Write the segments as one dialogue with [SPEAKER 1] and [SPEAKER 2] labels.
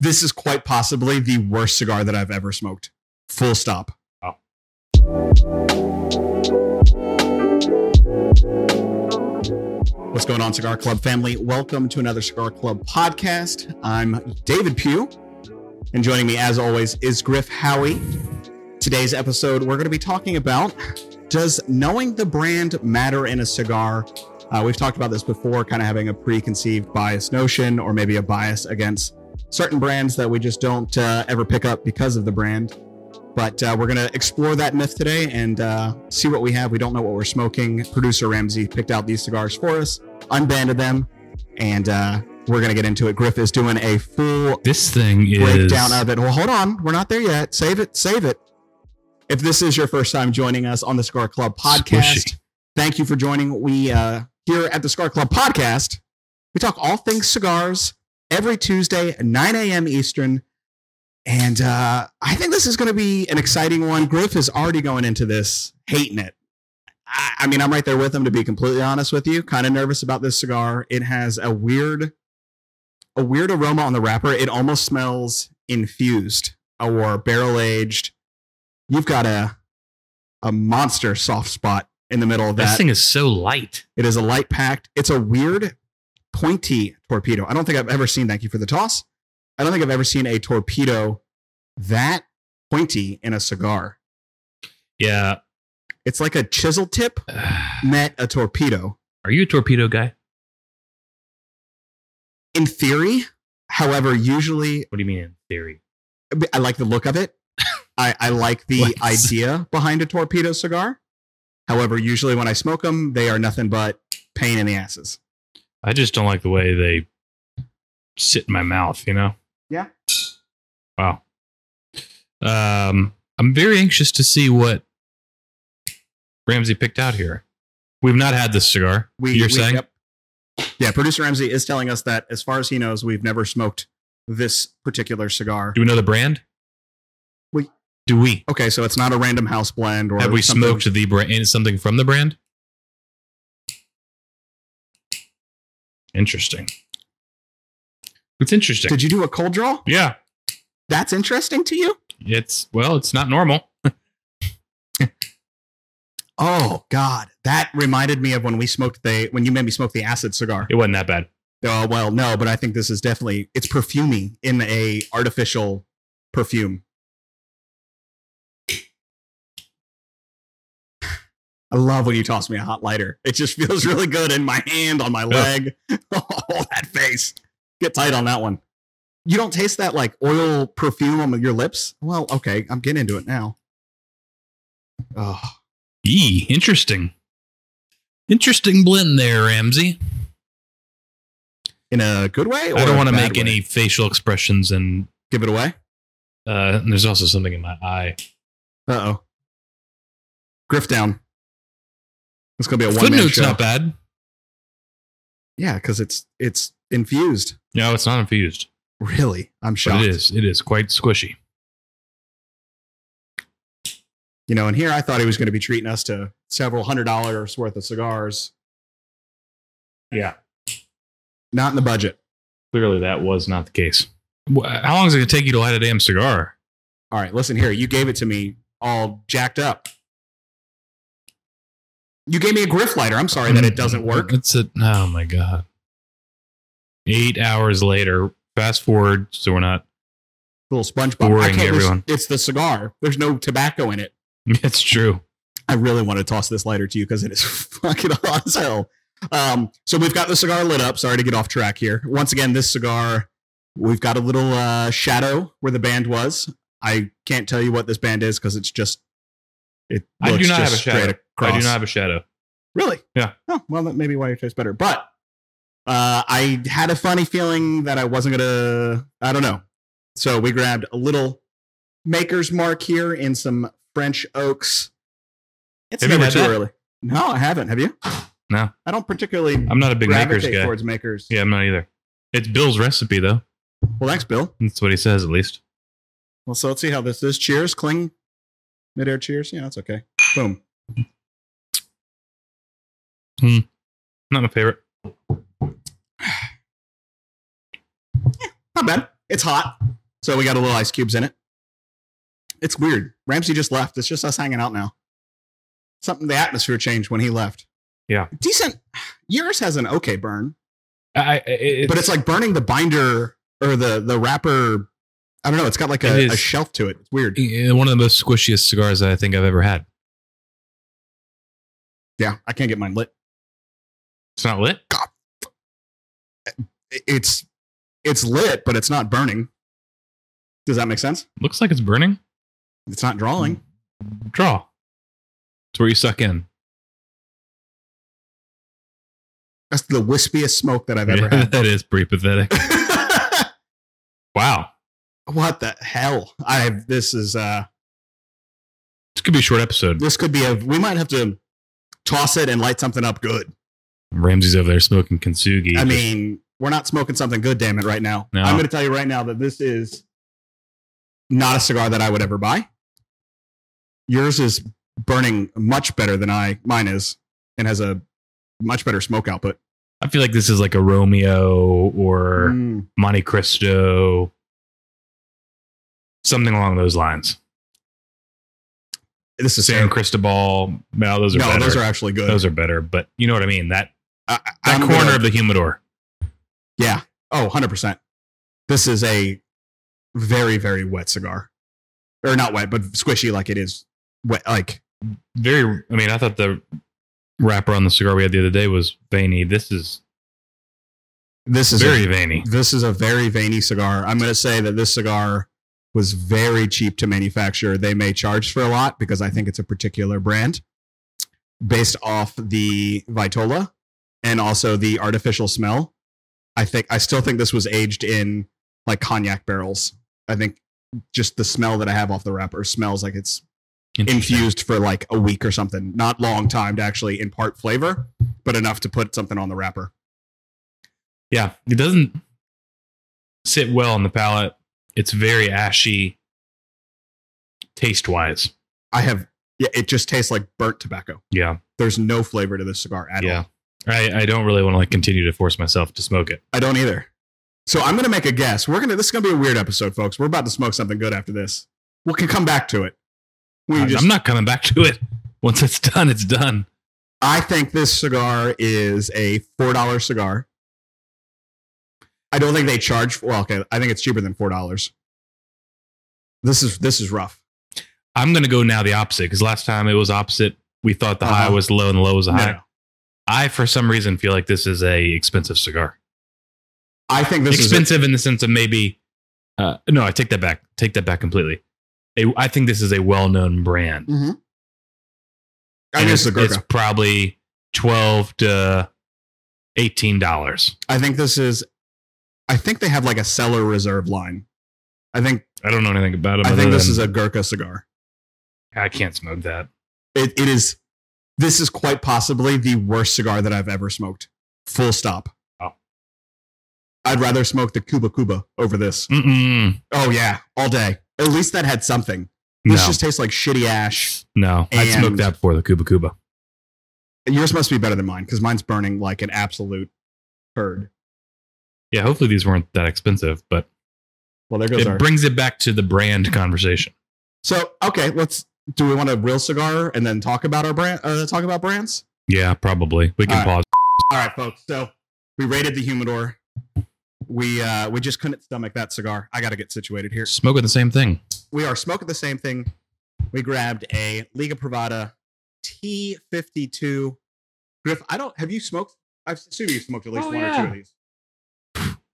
[SPEAKER 1] This is quite possibly the worst cigar that I've ever smoked. Full stop.
[SPEAKER 2] Wow.
[SPEAKER 1] What's going on, Cigar Club family? Welcome to another Cigar Club podcast. I'm David Pugh, and joining me, as always, is Griff Howie. Today's episode, we're going to be talking about does knowing the brand matter in a cigar? Uh, we've talked about this before, kind of having a preconceived bias notion or maybe a bias against certain brands that we just don't uh, ever pick up because of the brand. But uh, we're going to explore that myth today and uh, see what we have. We don't know what we're smoking. Producer Ramsey picked out these cigars for us, unbanded them, and uh, we're going to get into it. Griff is doing a full
[SPEAKER 3] This thing is
[SPEAKER 1] breakdown of it. Well, hold on. We're not there yet. Save it. Save it. If this is your first time joining us on the Scar Club podcast,
[SPEAKER 3] Squishy.
[SPEAKER 1] thank you for joining. We uh, here at the Scar Club podcast, we talk all things cigars every Tuesday, at 9 a.m. Eastern. And uh, I think this is going to be an exciting one. Griff is already going into this hating it. I, I mean, I'm right there with him, to be completely honest with you. Kind of nervous about this cigar. It has a weird a weird aroma on the wrapper. It almost smells infused or barrel aged. You've got a a monster soft spot in the middle of
[SPEAKER 3] This
[SPEAKER 1] that.
[SPEAKER 3] thing is so light.
[SPEAKER 1] It is a light packed. It's a weird pointy torpedo. I don't think I've ever seen. Thank you for the toss. I don't think I've ever seen a torpedo that pointy in a cigar.
[SPEAKER 3] Yeah.
[SPEAKER 1] It's like a chisel tip
[SPEAKER 3] Are
[SPEAKER 1] met a torpedo.
[SPEAKER 3] you a torpedo guy?
[SPEAKER 1] In theory, however, usually
[SPEAKER 3] What do you mean in theory?
[SPEAKER 1] I like the look of it. I, I like the
[SPEAKER 3] What?
[SPEAKER 1] idea behind a torpedo cigar. However, usually when I smoke them, they are nothing but pain in the asses.
[SPEAKER 3] I just don't like the way they sit in my mouth, you know?
[SPEAKER 1] Yeah.
[SPEAKER 3] Wow. Um, I'm very anxious to see what Ramsey picked out here. We've not had this cigar. You're saying?
[SPEAKER 1] yep. Yeah, producer Ramsey is telling us that as far as he knows, we've never smoked this particular cigar.
[SPEAKER 3] Do we know the brand?
[SPEAKER 1] We-
[SPEAKER 3] do we?
[SPEAKER 1] Okay, so it's not a random house blend or
[SPEAKER 3] Have we
[SPEAKER 1] something.
[SPEAKER 3] smoked the brand something from the brand? Interesting. It's interesting.
[SPEAKER 1] Did you do a cold draw?
[SPEAKER 3] yeah,
[SPEAKER 1] That's interesting to you?
[SPEAKER 3] it's well, it's not normal.
[SPEAKER 1] Oh God, that reminded me of when we smoked the when you made me smoke the acid cigar.
[SPEAKER 3] It wasn't that bad.
[SPEAKER 1] Oh well, no, but I think this is definitely it's perfumey in a artificial perfume. I love when you toss me a hot lighter. It just feels really good in my hand, on my leg, all that face. Get tight on that one. You don't taste that like oil perfume on your lips? Well, okay, I'm getting into it now. Oh,
[SPEAKER 3] Yee, E, interesting. Interesting blend there, Ramsey.
[SPEAKER 1] in a good way?
[SPEAKER 3] I
[SPEAKER 1] or a
[SPEAKER 3] don't want to
[SPEAKER 1] bad
[SPEAKER 3] make
[SPEAKER 1] way?
[SPEAKER 3] any facial expressions, and,
[SPEAKER 1] Give it away.
[SPEAKER 3] uh, and there's also something in my eye.
[SPEAKER 1] Uh oh. Griff down. It's gonna be a one man
[SPEAKER 3] Footnote's
[SPEAKER 1] show.
[SPEAKER 3] not bad.
[SPEAKER 1] Yeah, because it's it's infused.
[SPEAKER 3] No, it's not infused.
[SPEAKER 1] Really, I'm
[SPEAKER 3] But
[SPEAKER 1] shocked.
[SPEAKER 3] it is. It is quite squishy.
[SPEAKER 1] You know, and here I thought he was going to be treating us to several hundred dollars worth of cigars.
[SPEAKER 3] Yeah.
[SPEAKER 1] Not in the budget.
[SPEAKER 3] Clearly, that was not the case. Wh- How long is it going to take you to light a damn cigar?
[SPEAKER 1] All right, listen here. You gave it to me all jacked up. You gave me a Griff lighter. I'm sorry that it doesn't work.
[SPEAKER 3] It's a oh my god. Eight hours later, fast forward, so we're not.
[SPEAKER 1] Little SpongeBob. I
[SPEAKER 3] Boring
[SPEAKER 1] can't listen-
[SPEAKER 3] everyone.
[SPEAKER 1] It's the cigar. There's no tobacco in it.
[SPEAKER 3] It's true.
[SPEAKER 1] I really want to toss this lighter to you because it is fucking hot as hell. Um, so we've got the cigar lit up. Sorry to get off track here. Once again, this cigar, we've got a little uh, shadow where the band was. I can't tell you what this band is because it's just it.
[SPEAKER 3] I do
[SPEAKER 1] looks
[SPEAKER 3] not
[SPEAKER 1] just
[SPEAKER 3] have a shadow.
[SPEAKER 1] straight across.
[SPEAKER 3] I do not have a shadow.
[SPEAKER 1] Really?
[SPEAKER 3] Yeah.
[SPEAKER 1] Oh, well, that may be why it tastes better. But uh, I had a funny feeling that I wasn't gonna. I don't know. So we grabbed a little maker's mark here in some French oaks. It's
[SPEAKER 3] Have you
[SPEAKER 1] never
[SPEAKER 3] had
[SPEAKER 1] too
[SPEAKER 3] that?
[SPEAKER 1] early. No, I haven't. Have you?
[SPEAKER 3] No.
[SPEAKER 1] I don't particularly
[SPEAKER 3] I'm not a big makers
[SPEAKER 1] gravitate
[SPEAKER 3] guy.
[SPEAKER 1] towards makers.
[SPEAKER 3] Yeah, I'm not either. It's Bill's recipe though.
[SPEAKER 1] Well, thanks, Bill.
[SPEAKER 3] That's what he says at least.
[SPEAKER 1] Well, so let's see how this is. Cheers, cling. Midair cheers. Yeah, that's okay. Boom.
[SPEAKER 3] Not my favorite.
[SPEAKER 1] Not bad. It's hot. So we got a little ice cubes in it. It's weird. Ramsey just left. It's just us hanging out now. Something the atmosphere changed when he left.
[SPEAKER 3] Yeah.
[SPEAKER 1] Decent. Yours has an okay burn,
[SPEAKER 3] I, I- it,
[SPEAKER 1] but it's like burning the binder or the the wrapper. I don't know. It's got like a,
[SPEAKER 3] It is.
[SPEAKER 1] a shelf to it. It's weird.
[SPEAKER 3] it's uh, one of the most squishiest cigars that I think I've ever had.
[SPEAKER 1] Yeah, I can't get mine lit.
[SPEAKER 3] It's not lit.
[SPEAKER 1] I- It's it's lit, but it's not burning. Does that make sense?
[SPEAKER 3] Looks like it's burning.
[SPEAKER 1] It's not
[SPEAKER 3] Mm.
[SPEAKER 1] drawing.
[SPEAKER 3] Draw. It's where you suck in.
[SPEAKER 1] That's the wispiest smoke that I've ever
[SPEAKER 3] Yeah, that is pretty pathetic.
[SPEAKER 1] had.
[SPEAKER 3] Wow.
[SPEAKER 1] what the hell i have this is uh
[SPEAKER 3] This could be a short episode.
[SPEAKER 1] this could be a we might have to toss it and light something up good
[SPEAKER 3] Ramsey's over there smoking kintsugi.
[SPEAKER 1] i mean we're not smoking something good damn it right now
[SPEAKER 3] No.
[SPEAKER 1] i'm going to tell you right now that this is not a cigar that i would ever buy yours is burning much better than i mine is and has a much better smoke output
[SPEAKER 3] I feel like this is like a Romeo or
[SPEAKER 1] Mm.
[SPEAKER 3] Monte Cristo, something along those lines.
[SPEAKER 1] this is
[SPEAKER 3] San Cristobal. No, those are
[SPEAKER 1] no
[SPEAKER 3] better.
[SPEAKER 1] those are actually good
[SPEAKER 3] Those are better, but you know what I mean. That
[SPEAKER 1] I- I'm
[SPEAKER 3] that corner
[SPEAKER 1] gonna-
[SPEAKER 3] of the humidor.
[SPEAKER 1] Yeah. Oh, 100%. This is a very, very wet cigar. Or not wet, but squishy like it is wet. Like,
[SPEAKER 3] Very. I mean, I thought the wrapper on the cigar we had the other day was veiny. This is
[SPEAKER 1] this is,
[SPEAKER 3] very
[SPEAKER 1] a,
[SPEAKER 3] veiny.
[SPEAKER 1] this is a very veiny cigar. I'm going to say that this cigar was very cheap to manufacture. They may charge for a lot because I think it's a particular brand based off the Vitola and also the artificial smell. I think, I still think this was aged in like cognac barrels. I think just the smell that I have off the wrapper smells like it's
[SPEAKER 3] Interesting.
[SPEAKER 1] infused for like a week or something. Not long time to actually impart flavor, but enough to put something on the wrapper.
[SPEAKER 3] Yeah, it doesn't sit well on the palate. It's very ashy, taste wise.
[SPEAKER 1] I have yeah, it just tastes like burnt tobacco.
[SPEAKER 3] Yeah,
[SPEAKER 1] There's no flavor to this cigar at all.
[SPEAKER 3] yeah. I, I don't really want to like continue to force myself to smoke it.
[SPEAKER 1] I don't either. So I'm gonna make a guess. We're gonna this is gonna be a weird episode, folks. We're about to smoke something good after this. We can come back to it. We
[SPEAKER 3] I-
[SPEAKER 1] just
[SPEAKER 3] I'm not coming back to it. Once it's done, it's done.
[SPEAKER 1] I think this cigar is a four dollar cigar. I don't think they charge well, okay. I think it's cheaper than four dollars. This is this is rough.
[SPEAKER 3] I'm gonna go now the opposite because last time it was opposite. We thought the high
[SPEAKER 1] Uh-huh.
[SPEAKER 3] was low and the low was the
[SPEAKER 1] No,
[SPEAKER 3] high.
[SPEAKER 1] no.
[SPEAKER 3] I, for some reason, feel like this is a expensive cigar.
[SPEAKER 1] I think this is a-
[SPEAKER 3] expensive in the sense of maybe. Uh, no, I take that back. Take that back completely. A- I think this is a well-known brand.
[SPEAKER 1] Mm, I think
[SPEAKER 3] And
[SPEAKER 1] this is a
[SPEAKER 3] it's,
[SPEAKER 1] Gurkha.
[SPEAKER 3] it's probably twelve to eighteen dollars.
[SPEAKER 1] I think this is. I think they have like a cellar reserve line. I think
[SPEAKER 3] I don't know anything about it.
[SPEAKER 1] I think this is a Gurkha cigar.
[SPEAKER 3] I can't smoke that.
[SPEAKER 1] It, it is. This is quite possibly the worst cigar that I've ever smoked. Full stop.
[SPEAKER 3] Oh.
[SPEAKER 1] I'd rather smoke the Cuba Cuba over this.
[SPEAKER 3] Mm-mm.
[SPEAKER 1] Oh yeah, all day. At least that had something.
[SPEAKER 3] No,
[SPEAKER 1] This just tastes like shitty ash.
[SPEAKER 3] no. I'd
[SPEAKER 1] And-
[SPEAKER 3] smoke that for the Cuba Cuba.
[SPEAKER 1] Yours must be better than mine because mine's burning like an absolute turd.
[SPEAKER 3] Yeah, hopefully these weren't that expensive, but
[SPEAKER 1] Well, there goes
[SPEAKER 3] it
[SPEAKER 1] our.
[SPEAKER 3] brings it back to the brand conversation.
[SPEAKER 1] So okay, let's. Do we want a real cigar and then talk about our brand? Uh, talk about brands.
[SPEAKER 3] Yeah, probably. We can
[SPEAKER 1] All right.
[SPEAKER 3] pause.
[SPEAKER 1] All right, folks. So we raided the humidor. We uh, we just couldn't stomach that cigar. I got to get situated here.
[SPEAKER 3] Smoking the same thing.
[SPEAKER 1] We are smoking the same thing. We grabbed a Liga Privada T52. Griff, I don't. Have you smoked? I assume you've smoked at least
[SPEAKER 3] Oh,
[SPEAKER 1] one or
[SPEAKER 3] yeah.
[SPEAKER 1] two of these.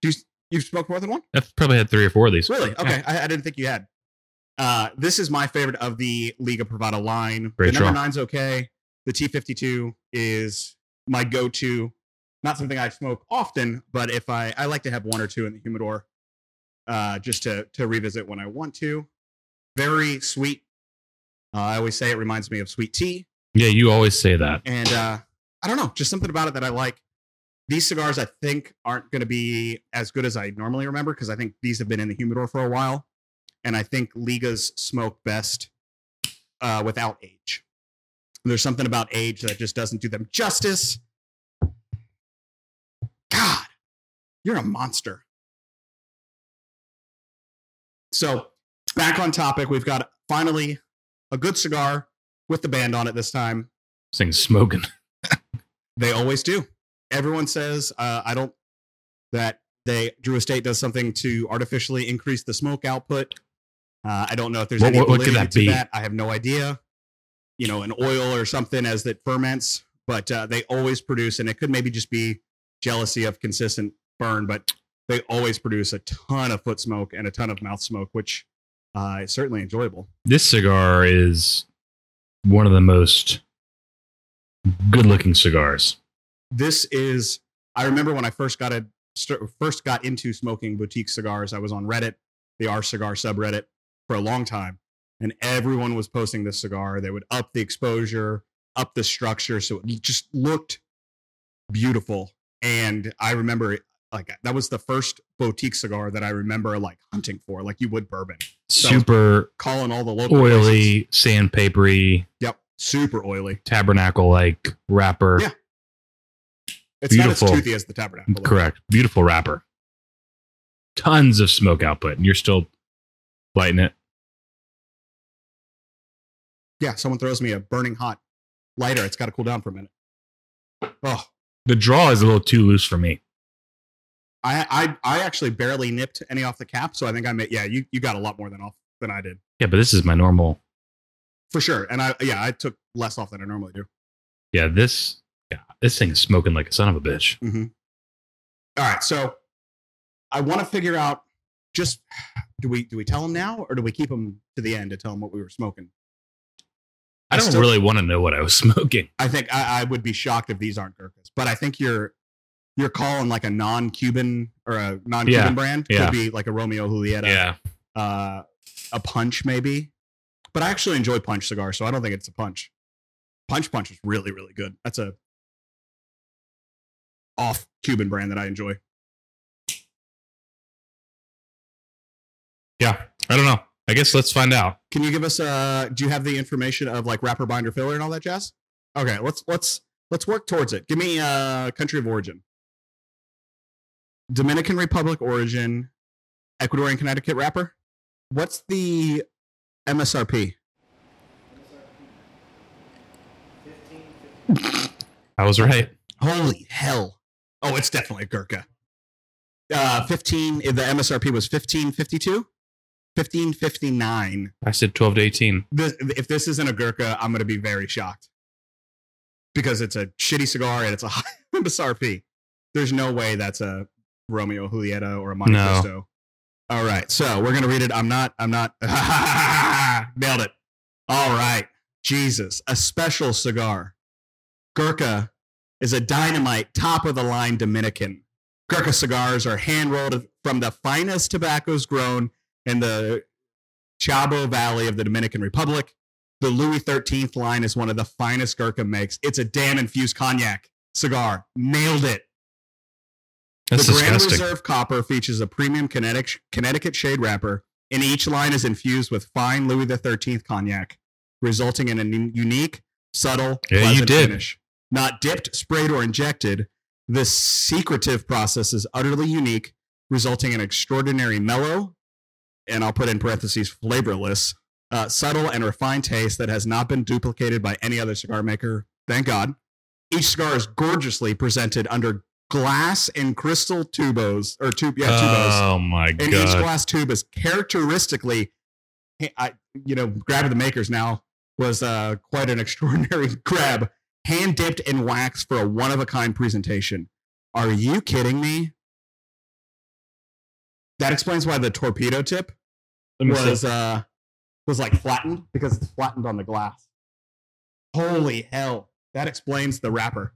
[SPEAKER 1] Do you, you've smoked more than one?
[SPEAKER 3] I've probably had three or four of these.
[SPEAKER 1] Really?
[SPEAKER 3] Yeah.
[SPEAKER 1] Okay. I, I didn't think you had. Uh, this is my favorite of the Liga Privada line.
[SPEAKER 3] Great
[SPEAKER 1] the number
[SPEAKER 3] draw.
[SPEAKER 1] nine's okay. The T52 is my go to. Not something I smoke often, but if I, I like to have one or two in the humidor uh, just to, to revisit when I want to. Very sweet. Uh, I always say it reminds me of sweet tea.
[SPEAKER 3] Yeah, you always say that.
[SPEAKER 1] And uh, I don't know, just something about it that I like. These cigars, I think, aren't going to be as good as I normally remember because I think these have been in the humidor for a while. And I think Ligas smoke best uh, without age. There's something about age that just doesn't do them justice. God, you're a monster. So back on topic, we've got finally a good cigar with the band on it this time.
[SPEAKER 3] This thing's smoking.
[SPEAKER 1] They always do. Everyone says, uh, I don't, that they, Drew Estate does something to artificially increase the smoke output. Uh, I don't know if there's
[SPEAKER 3] What-
[SPEAKER 1] any
[SPEAKER 3] what- what could
[SPEAKER 1] validity to
[SPEAKER 3] that be?
[SPEAKER 1] that. I have no idea. You know, an oil or something as it ferments, but uh, they always produce, and it could maybe just be jealousy of consistent burn, but they always produce a ton of foot smoke and a ton of mouth smoke, which uh, is certainly enjoyable.
[SPEAKER 3] This cigar is one of the most good-looking cigars.
[SPEAKER 1] this is i remember when i first got a st- first got into smoking boutique cigars i was on reddit the r cigar subreddit for a long time and everyone was posting this cigar they would up the exposure up the structure so it just looked beautiful and i remember like that was the first boutique cigar that i remember like hunting for like you would bourbon
[SPEAKER 3] Super
[SPEAKER 1] calling all the local places.
[SPEAKER 3] oily, sandpapery,
[SPEAKER 1] yep super oily
[SPEAKER 3] tabernacle-like wrapper.
[SPEAKER 1] Yeah. it's not
[SPEAKER 3] Beautiful.
[SPEAKER 1] as toothy as the tabernacle
[SPEAKER 3] Correct. Beautiful wrapper. Tons of smoke output, and you're still lighting it.
[SPEAKER 1] Yeah, someone throws me a burning hot lighter. It's got to cool down for a minute. Oh,
[SPEAKER 3] The draw is a little too loose for me.
[SPEAKER 1] I I, I actually barely nipped any off the cap, so I think I made. Yeah, you, you got a lot more than off than I did
[SPEAKER 3] Yeah, but this is my normal.
[SPEAKER 1] for sure. And I yeah, I took less off than I normally do.
[SPEAKER 3] Yeah, this. Yeah, this thing is smoking like a son of a bitch.
[SPEAKER 1] All right, so I want to figure out just do we do we tell them now or do we keep them to the end to tell them what we were smoking?
[SPEAKER 3] I
[SPEAKER 1] I
[SPEAKER 3] don't
[SPEAKER 1] still-
[SPEAKER 3] really want to know what I was smoking.
[SPEAKER 1] I think I, I would be shocked if these aren't Gurkhas, but I think you're you're calling like a non-Cuban or a non-Cuban
[SPEAKER 3] Yeah,
[SPEAKER 1] brand
[SPEAKER 3] yeah.
[SPEAKER 1] could be like a Romeo Julieta.
[SPEAKER 3] yeah,
[SPEAKER 1] uh, a punch maybe. But I actually enjoy punch cigars, so I don't think it's a punch. Punch punch is really really good. That's a off Cuban brand that I enjoy.
[SPEAKER 3] yeah. I don't know. I guess let's find out.
[SPEAKER 1] Can you give us uh do you have the information of like wrapper binder filler and all that jazz? Okay, let's let's let's work towards it. Give me uh country of origin. Dominican Republic origin, Ecuadorian Connecticut wrapper. What's the MSRP?
[SPEAKER 3] I was right.
[SPEAKER 1] Holy hell. Oh, it's definitely a Gurkha. Uh, 15, the MSRP was 1552, 1559.
[SPEAKER 3] I said twelve to eighteen.
[SPEAKER 1] This, if this isn't a Gurkha, I'm going to be very shocked because it's a shitty cigar and it's a high MSRP. There's no way that's a Romeo Julieta or a Monte
[SPEAKER 3] No.
[SPEAKER 1] Cristo. All right. So we're going to read it. I'm not, I'm not, nailed it. All right. Jesus, a special cigar. Gurkha is a dynamite, top of the line Dominican. Gurkha cigars are hand rolled from the finest tobaccos grown in the Chabo Valley of the Dominican Republic. The Louis XIII line is one of the finest Gurkha makes. It's a damn infused cognac cigar. Nailed it.
[SPEAKER 3] That's
[SPEAKER 1] the
[SPEAKER 3] disgusting.
[SPEAKER 1] Grand Reserve Copper features a premium Connecticut, Connecticut shade wrapper, and each line is infused with fine Louis XIII cognac, resulting in a n- unique, subtle,
[SPEAKER 3] Yeah, you
[SPEAKER 1] pleasant
[SPEAKER 3] did.
[SPEAKER 1] finish. Not dipped, sprayed, or injected, this secretive process is utterly unique, resulting in extraordinary mellow, and I'll put in parentheses, flavorless, uh, subtle and refined taste that has not been duplicated by any other cigar maker. Thank God. Each cigar is gorgeously presented under glass and crystal tubos or tube, yeah, tubos.
[SPEAKER 3] oh my
[SPEAKER 1] and each
[SPEAKER 3] god!
[SPEAKER 1] glass tube is characteristically, I, you know, grab of the makers now was uh, quite an extraordinary grab, hand dipped in wax for a one of a kind presentation. Are you kidding me? That explains why the torpedo tip
[SPEAKER 3] Let me
[SPEAKER 1] was
[SPEAKER 3] see.
[SPEAKER 1] uh was like flattened because it's flattened on the glass. Holy hell. That explains the wrapper.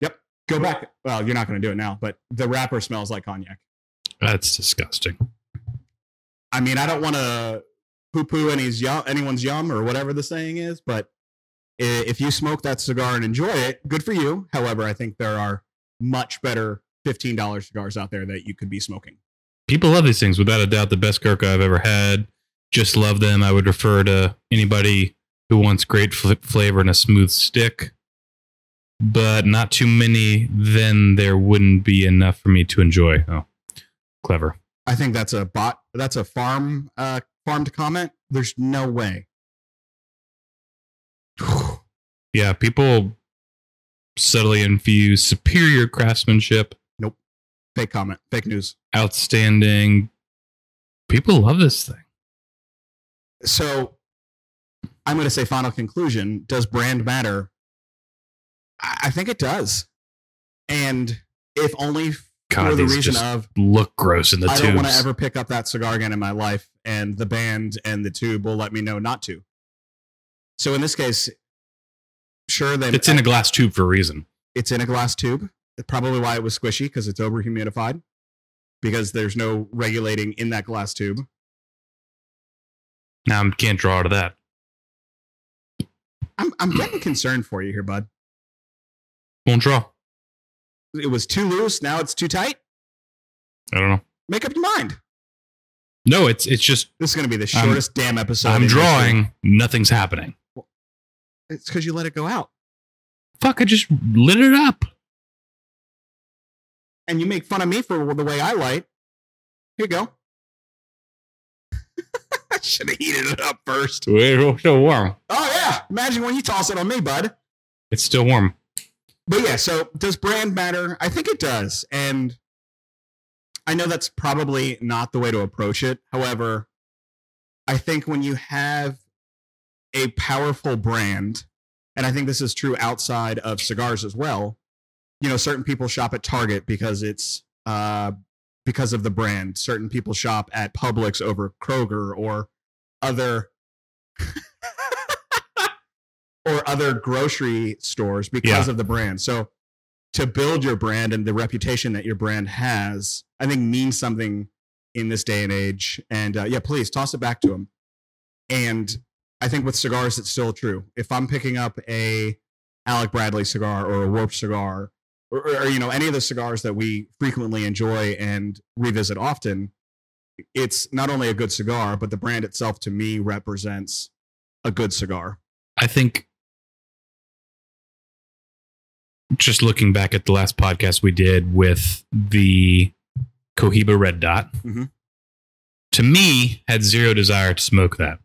[SPEAKER 1] Yep. Go back. Well, you're not going to do it now, but the wrapper smells like cognac.
[SPEAKER 3] That's disgusting.
[SPEAKER 1] I mean, I don't want to poo poo any's yum, anyone's yum or whatever the saying is, but i- if you smoke that cigar and enjoy it, good for you. However, I think there are much better $15 cigars out there that you could be smoking.
[SPEAKER 3] people love these things without a doubt the best gurkha i've ever had just love them i would refer to anybody who wants great fl- flavor and a smooth stick but not too many then there wouldn't be enough for me to enjoy oh clever
[SPEAKER 1] I think that's a bot. That's a farm uh, farmed comment. There's no way.
[SPEAKER 3] Yeah, people subtly infuse superior craftsmanship,
[SPEAKER 1] Fake comment. Fake news.
[SPEAKER 3] outstanding. People love this thing.
[SPEAKER 1] So I'm going to say final conclusion. Does brand matter? I, I think it does. And if only
[SPEAKER 3] God,
[SPEAKER 1] for the
[SPEAKER 3] these
[SPEAKER 1] reason
[SPEAKER 3] just
[SPEAKER 1] of
[SPEAKER 3] look gross in the
[SPEAKER 1] I don't want to
[SPEAKER 3] tubes.
[SPEAKER 1] ever pick up that cigar again in my life, and the band and the tube will let me know not to. So in this case, sure they
[SPEAKER 3] it's in a glass tube for a reason.
[SPEAKER 1] it's in a glass tube. Probably why it was squishy because it's over humidified because there's no regulating in that glass tube.
[SPEAKER 3] Now I can't draw out of that.
[SPEAKER 1] I'm I'm getting concerned for you here, bud.
[SPEAKER 3] Won't draw.
[SPEAKER 1] It was too loose. Now it's too tight.
[SPEAKER 3] I don't know.
[SPEAKER 1] Make up your mind.
[SPEAKER 3] No, it's it's just
[SPEAKER 1] This is going to be the
[SPEAKER 3] I'm-
[SPEAKER 1] shortest damn episode. in
[SPEAKER 3] I'm
[SPEAKER 1] history.
[SPEAKER 3] drawing. Nothing's happening.
[SPEAKER 1] It's because you let it go out
[SPEAKER 3] Fuck! I just lit it up.
[SPEAKER 1] and you make fun of me for the way I light. Here you go. I should have heated it up first.
[SPEAKER 3] It's still warm.
[SPEAKER 1] Oh yeah, imagine when you toss it on me, bud.
[SPEAKER 3] It's still warm.
[SPEAKER 1] But yeah, so does brand matter? I think it does, and I know that's probably not the way to approach it. However, I think when you have a powerful brand, and I think this is true outside of cigars as well. You know, certain people shop at Target because it's uh, because of the brand. Certain people shop at Publix over Kroger or other or other grocery stores because of the brand. So to build your brand and the reputation that your brand has, I think means something in this day and age. And uh, yeah, please toss it back to them. And I think with cigars, it's still true. If I'm picking up a Alec Bradley cigar or a Warp cigar, or, or, or, you know any of the cigars that we frequently enjoy and revisit often, it's not only a good cigar, but the brand itself to me represents a good cigar.
[SPEAKER 3] I think. Just looking back at the last podcast we did with the Cohiba Red Dot,
[SPEAKER 1] Mhm.
[SPEAKER 3] to me had zero desire to smoke that.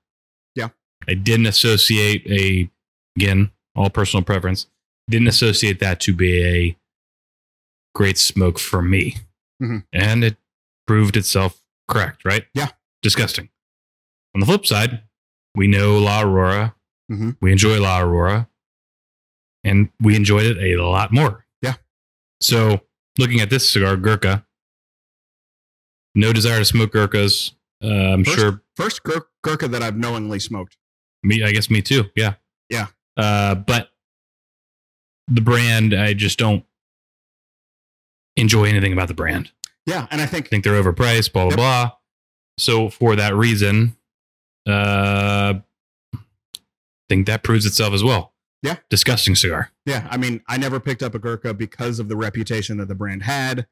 [SPEAKER 1] Yeah.
[SPEAKER 3] I didn't associate a again all personal preference. Didn't associate that to be a great smoke for me,
[SPEAKER 1] Mhm.
[SPEAKER 3] and it proved itself correct. Right?
[SPEAKER 1] Yeah.
[SPEAKER 3] Disgusting. On the flip side, we know La Aurora.
[SPEAKER 1] Mhm.
[SPEAKER 3] We enjoy La Aurora, and we enjoyed it a lot more.
[SPEAKER 1] Yeah.
[SPEAKER 3] So looking at this cigar, Gurkha, no desire to smoke Gurkhas. Uh, I'm
[SPEAKER 1] First-
[SPEAKER 3] sure
[SPEAKER 1] First Gur- Gurkha that I've knowingly smoked.
[SPEAKER 3] me. I guess me too. Yeah.
[SPEAKER 1] Yeah.
[SPEAKER 3] Uh, but the brand, I just don't enjoy anything about the brand.
[SPEAKER 1] Yeah, and I think
[SPEAKER 3] think they're overpriced, blah blah
[SPEAKER 1] Yep.
[SPEAKER 3] blah. So for that reason, uh think that proves itself as well.
[SPEAKER 1] Yeah.
[SPEAKER 3] Disgusting cigar.
[SPEAKER 1] Yeah, I mean, I never picked up a Gurkha because of the reputation that the brand had.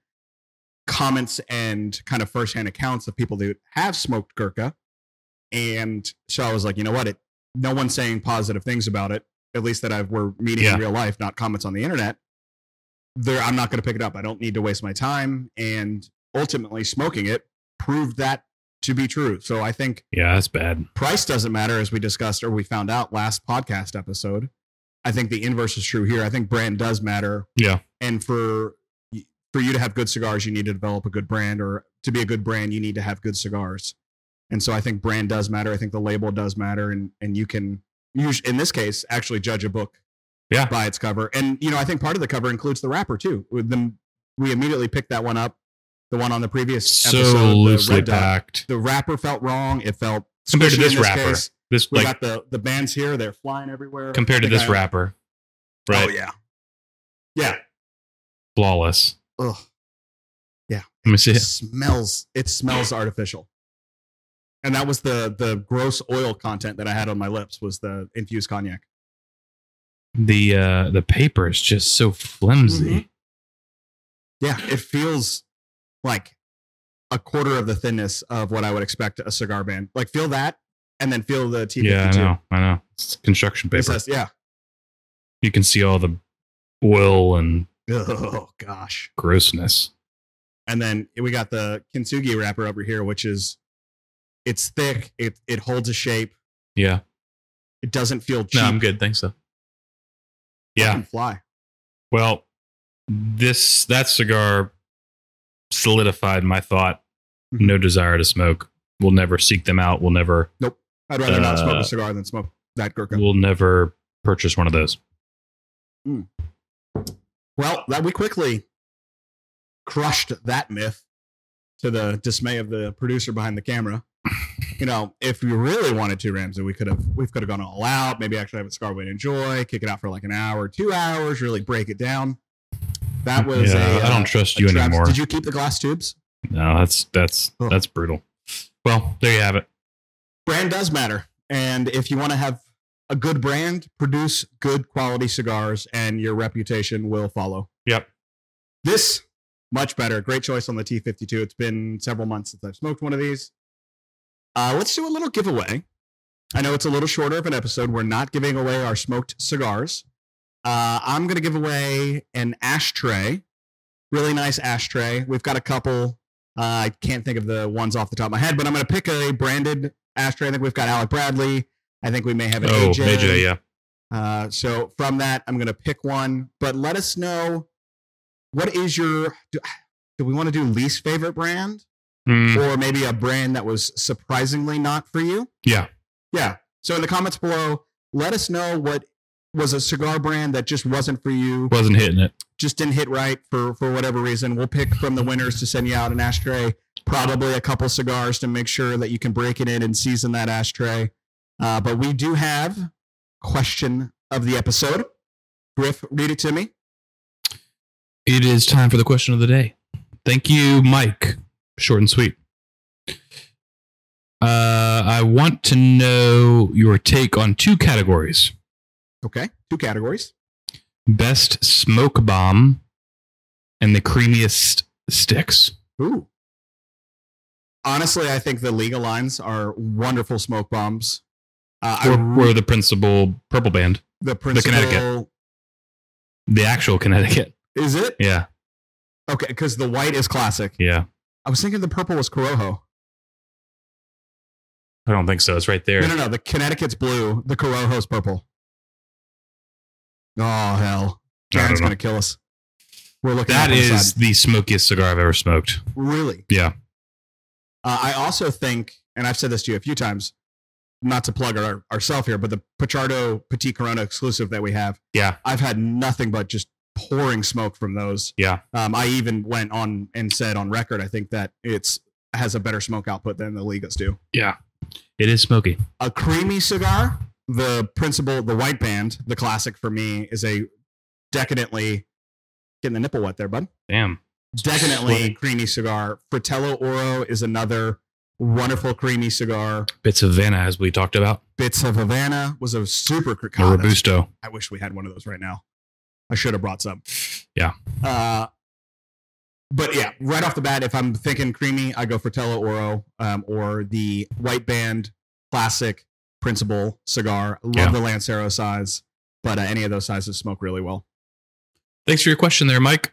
[SPEAKER 1] Comments and kind of firsthand accounts of people that have smoked Gurkha, and so I was like, you know what? It no one's saying positive things about it. At least that I've we're meeting
[SPEAKER 3] Yeah.
[SPEAKER 1] in real life, not comments on the internet. There, I'm not going to pick it up. I don't need to waste my time. And ultimately, smoking it proved that to be true. So I think
[SPEAKER 3] Yeah, that's bad.
[SPEAKER 1] price doesn't matter as we discussed or we found out last podcast episode i think the inverse is true here i think brand does matter
[SPEAKER 3] Yeah.
[SPEAKER 1] and for for you to have good cigars you need to develop a good brand or to be a good brand you need to have good cigars and so i think brand does matter i think the label does matter and and you can us- in this case actually judge a book
[SPEAKER 3] Yeah.
[SPEAKER 1] by its cover and you know i think part of the cover includes the wrapper too With them we immediately picked that one up the one on the previous
[SPEAKER 3] So
[SPEAKER 1] episode, the
[SPEAKER 3] loosely
[SPEAKER 1] red dot
[SPEAKER 3] packed.
[SPEAKER 1] the wrapper felt wrong. It felt
[SPEAKER 3] Compared to
[SPEAKER 1] squishy
[SPEAKER 3] this
[SPEAKER 1] in
[SPEAKER 3] wrapper,
[SPEAKER 1] case.
[SPEAKER 3] This
[SPEAKER 1] We
[SPEAKER 3] like
[SPEAKER 1] got the the bands here; they're flying everywhere.
[SPEAKER 3] compared to
[SPEAKER 1] I think
[SPEAKER 3] this
[SPEAKER 1] I-
[SPEAKER 3] wrapper. Right.
[SPEAKER 1] Oh yeah, yeah.
[SPEAKER 3] Flawless.
[SPEAKER 1] Ugh.
[SPEAKER 3] Let me see.
[SPEAKER 1] It smells. It smells artificial. And that was the the gross oil content that I had on my lips was the infused cognac.
[SPEAKER 3] The uh the paper is just so flimsy.
[SPEAKER 1] Mm-hmm. Yeah, it feels like a quarter of the thinness of what I would expect a cigar band. Like feel that, and then feel the T52.
[SPEAKER 3] Yeah, I know. I know. It's construction
[SPEAKER 1] This
[SPEAKER 3] paper.
[SPEAKER 1] has- yeah.
[SPEAKER 3] you can see all the oil and
[SPEAKER 1] Oh gosh.
[SPEAKER 3] grossness.
[SPEAKER 1] And then we got the kintsugi wrapper over here, which is it's thick, it it holds a shape,
[SPEAKER 3] Yeah.
[SPEAKER 1] it doesn't feel cheap.
[SPEAKER 3] No, I'm good. Thanks. So. Yeah.
[SPEAKER 1] Fucking fly.
[SPEAKER 3] Well, this that cigar solidified my thought.
[SPEAKER 1] Mhm.
[SPEAKER 3] No desire to smoke. We'll never seek them out. We'll never.
[SPEAKER 1] I'd rather not smoke
[SPEAKER 3] Uh,
[SPEAKER 1] a cigar than smoke that Gurkha.
[SPEAKER 3] We'll never purchase one of those.
[SPEAKER 1] Well, that we quickly crushed that myth to the dismay of the producer behind the camera. You know, if we really wanted to, Ramsey, we could have we could have gone all out. Maybe actually have a cigar we'd enjoy, kick it out for like an hour, two hours, really break it down. That was
[SPEAKER 3] yeah,
[SPEAKER 1] a,
[SPEAKER 3] I
[SPEAKER 1] uh,
[SPEAKER 3] don't trust
[SPEAKER 1] a
[SPEAKER 3] you
[SPEAKER 1] traps-
[SPEAKER 3] anymore.
[SPEAKER 1] Did you keep the glass tubes?
[SPEAKER 3] no, that's that's
[SPEAKER 1] Ugh.
[SPEAKER 3] that's brutal. Well, there you have it.
[SPEAKER 1] Brand does matter, and if you want to have a good brand, produce good quality cigars, and your reputation will follow.
[SPEAKER 3] Yep.
[SPEAKER 1] This much better. Great choice on the T52. It's been several months since I've smoked one of these. Uh, let's do a little giveaway. I know it's a little shorter of an episode. We're not giving away our smoked cigars. Uh, I'm going to give away an ashtray, really nice ashtray. We've got a couple. Uh, I can't think of the ones off the top of my head, but I'm going to pick a branded ashtray. I think we've got Alec Bradley. I think we may have an
[SPEAKER 3] Oh, AJ, yeah.
[SPEAKER 1] uh, so from that, I'm going to pick one, but let us know what is your do, do we want to do least favorite brand
[SPEAKER 3] Mm,
[SPEAKER 1] or maybe a brand that was surprisingly not for you?
[SPEAKER 3] yeah.
[SPEAKER 1] Yeah. So in the comments below, let us know what was a cigar brand that just wasn't for you,
[SPEAKER 3] Wasn't hitting it.
[SPEAKER 1] just didn't hit right for for whatever reason. We'll pick from the winners to send you out an ashtray, probably a couple cigars to make sure that you can break it in and season that ashtray. Uh, but we do have question of the episode. Griff, read it to me.
[SPEAKER 3] It is time for the question of the day. Thank you, Mike. Short and sweet. Uh, I want to know your take on two categories
[SPEAKER 1] Okay, two categories.
[SPEAKER 3] best smoke bomb and the creamiest sticks.
[SPEAKER 1] Ooh. Honestly, I think the legal lines are wonderful smoke bombs. Uh, I
[SPEAKER 3] Or,
[SPEAKER 1] re-
[SPEAKER 3] or the principal purple band,
[SPEAKER 1] the
[SPEAKER 3] Connecticut.
[SPEAKER 1] principal
[SPEAKER 3] the actual Connecticut.
[SPEAKER 1] is it
[SPEAKER 3] Yeah.
[SPEAKER 1] okay? Because the white is classic.
[SPEAKER 3] Yeah.
[SPEAKER 1] I was thinking the purple was Corojo.
[SPEAKER 3] I don't think so. It's right there.
[SPEAKER 1] No, no, no. The Connecticut's blue. The Corojo's purple. Oh hell!
[SPEAKER 3] I don't
[SPEAKER 1] Aaron's
[SPEAKER 3] know.
[SPEAKER 1] gonna kill us. We're looking.
[SPEAKER 3] That
[SPEAKER 1] up on the
[SPEAKER 3] is
[SPEAKER 1] side.
[SPEAKER 3] the smokiest cigar I've ever smoked.
[SPEAKER 1] really.
[SPEAKER 3] Yeah.
[SPEAKER 1] Uh, I also think, and I've said this to you a few times, not to plug our, ourself here, but the Pachardo Petit Corona exclusive that we have,
[SPEAKER 3] Yeah.
[SPEAKER 1] I've had nothing but just pouring smoke from those.
[SPEAKER 3] Yeah.
[SPEAKER 1] Um, I even went on and said on record, I think that it's has a better smoke output than the Ligas do.
[SPEAKER 3] Yeah. It is smoky.
[SPEAKER 1] a creamy cigar. The principal, the white band, the classic for me is a decadently getting the nipple wet there, bud.
[SPEAKER 3] Damn.
[SPEAKER 1] Decadently
[SPEAKER 3] Sweaty.
[SPEAKER 1] creamy cigar. Fratello Oro is another wonderful creamy cigar.
[SPEAKER 3] Bits of Vanna, as we talked about.
[SPEAKER 1] Bits of Havana was a super cr-
[SPEAKER 3] A
[SPEAKER 1] God, that's-
[SPEAKER 3] Robusto.
[SPEAKER 1] I wish we had one of those right now. I should have brought some.
[SPEAKER 3] Yeah.
[SPEAKER 1] Uh, but yeah, right off the bat, if I'm thinking creamy, I go for Tello Oro um, or the White Band Classic Principal cigar. Love
[SPEAKER 3] Yeah.
[SPEAKER 1] the Lancero size, but uh, any of those sizes smoke really well.
[SPEAKER 3] Thanks for your question there, Mike.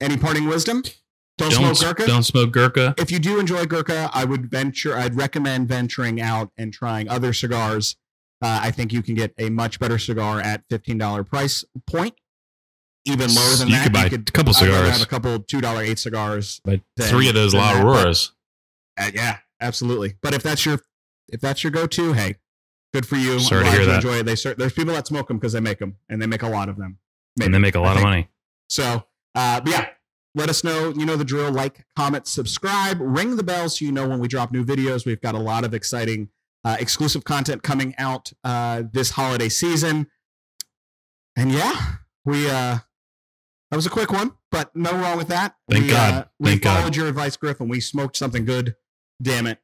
[SPEAKER 1] Any parting wisdom? Don't,
[SPEAKER 3] don't,
[SPEAKER 1] smoke Gurkha.
[SPEAKER 3] don't smoke Gurkha.
[SPEAKER 1] If you do enjoy Gurkha, I would venture, I'd recommend venturing out and trying other cigars. Uh, I think you can get a much better cigar at $15 price point. Even lower than
[SPEAKER 3] you
[SPEAKER 1] that,
[SPEAKER 3] could buy a couple
[SPEAKER 1] I'd rather have
[SPEAKER 3] cigars,
[SPEAKER 1] a couple two dollar eight cigars.
[SPEAKER 3] but
[SPEAKER 1] than-
[SPEAKER 3] three of those
[SPEAKER 1] than
[SPEAKER 3] La
[SPEAKER 1] that,
[SPEAKER 3] Auroras.
[SPEAKER 1] Uh, yeah, absolutely. But if that's your if that's your go to, hey, good for you.
[SPEAKER 3] Sorry to
[SPEAKER 1] I'm glad
[SPEAKER 3] hear
[SPEAKER 1] you
[SPEAKER 3] that.
[SPEAKER 1] Enjoy it. They cer- there's people that smoke them because they make them and they make a lot of them.
[SPEAKER 3] And they make a
[SPEAKER 1] I
[SPEAKER 3] lot of
[SPEAKER 1] think.
[SPEAKER 3] money.
[SPEAKER 1] So, uh, but yeah, let us know. You know the drill. Like, comment, subscribe, ring the bell so you know when we drop new videos. We've got a lot of exciting uh, exclusive content coming out uh, this holiday season. And yeah, we uh, that was a quick one, but no wrong with that.
[SPEAKER 3] Thank
[SPEAKER 1] we, Uh,
[SPEAKER 3] God. Thank
[SPEAKER 1] we
[SPEAKER 3] God.
[SPEAKER 1] followed your advice, Griffin. We smoked something good. Damn it.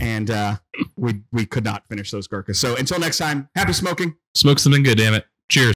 [SPEAKER 1] And uh, we we could not finish those gurkhas. So until next time, happy smoking.
[SPEAKER 3] Smoke something good, damn it. Cheers.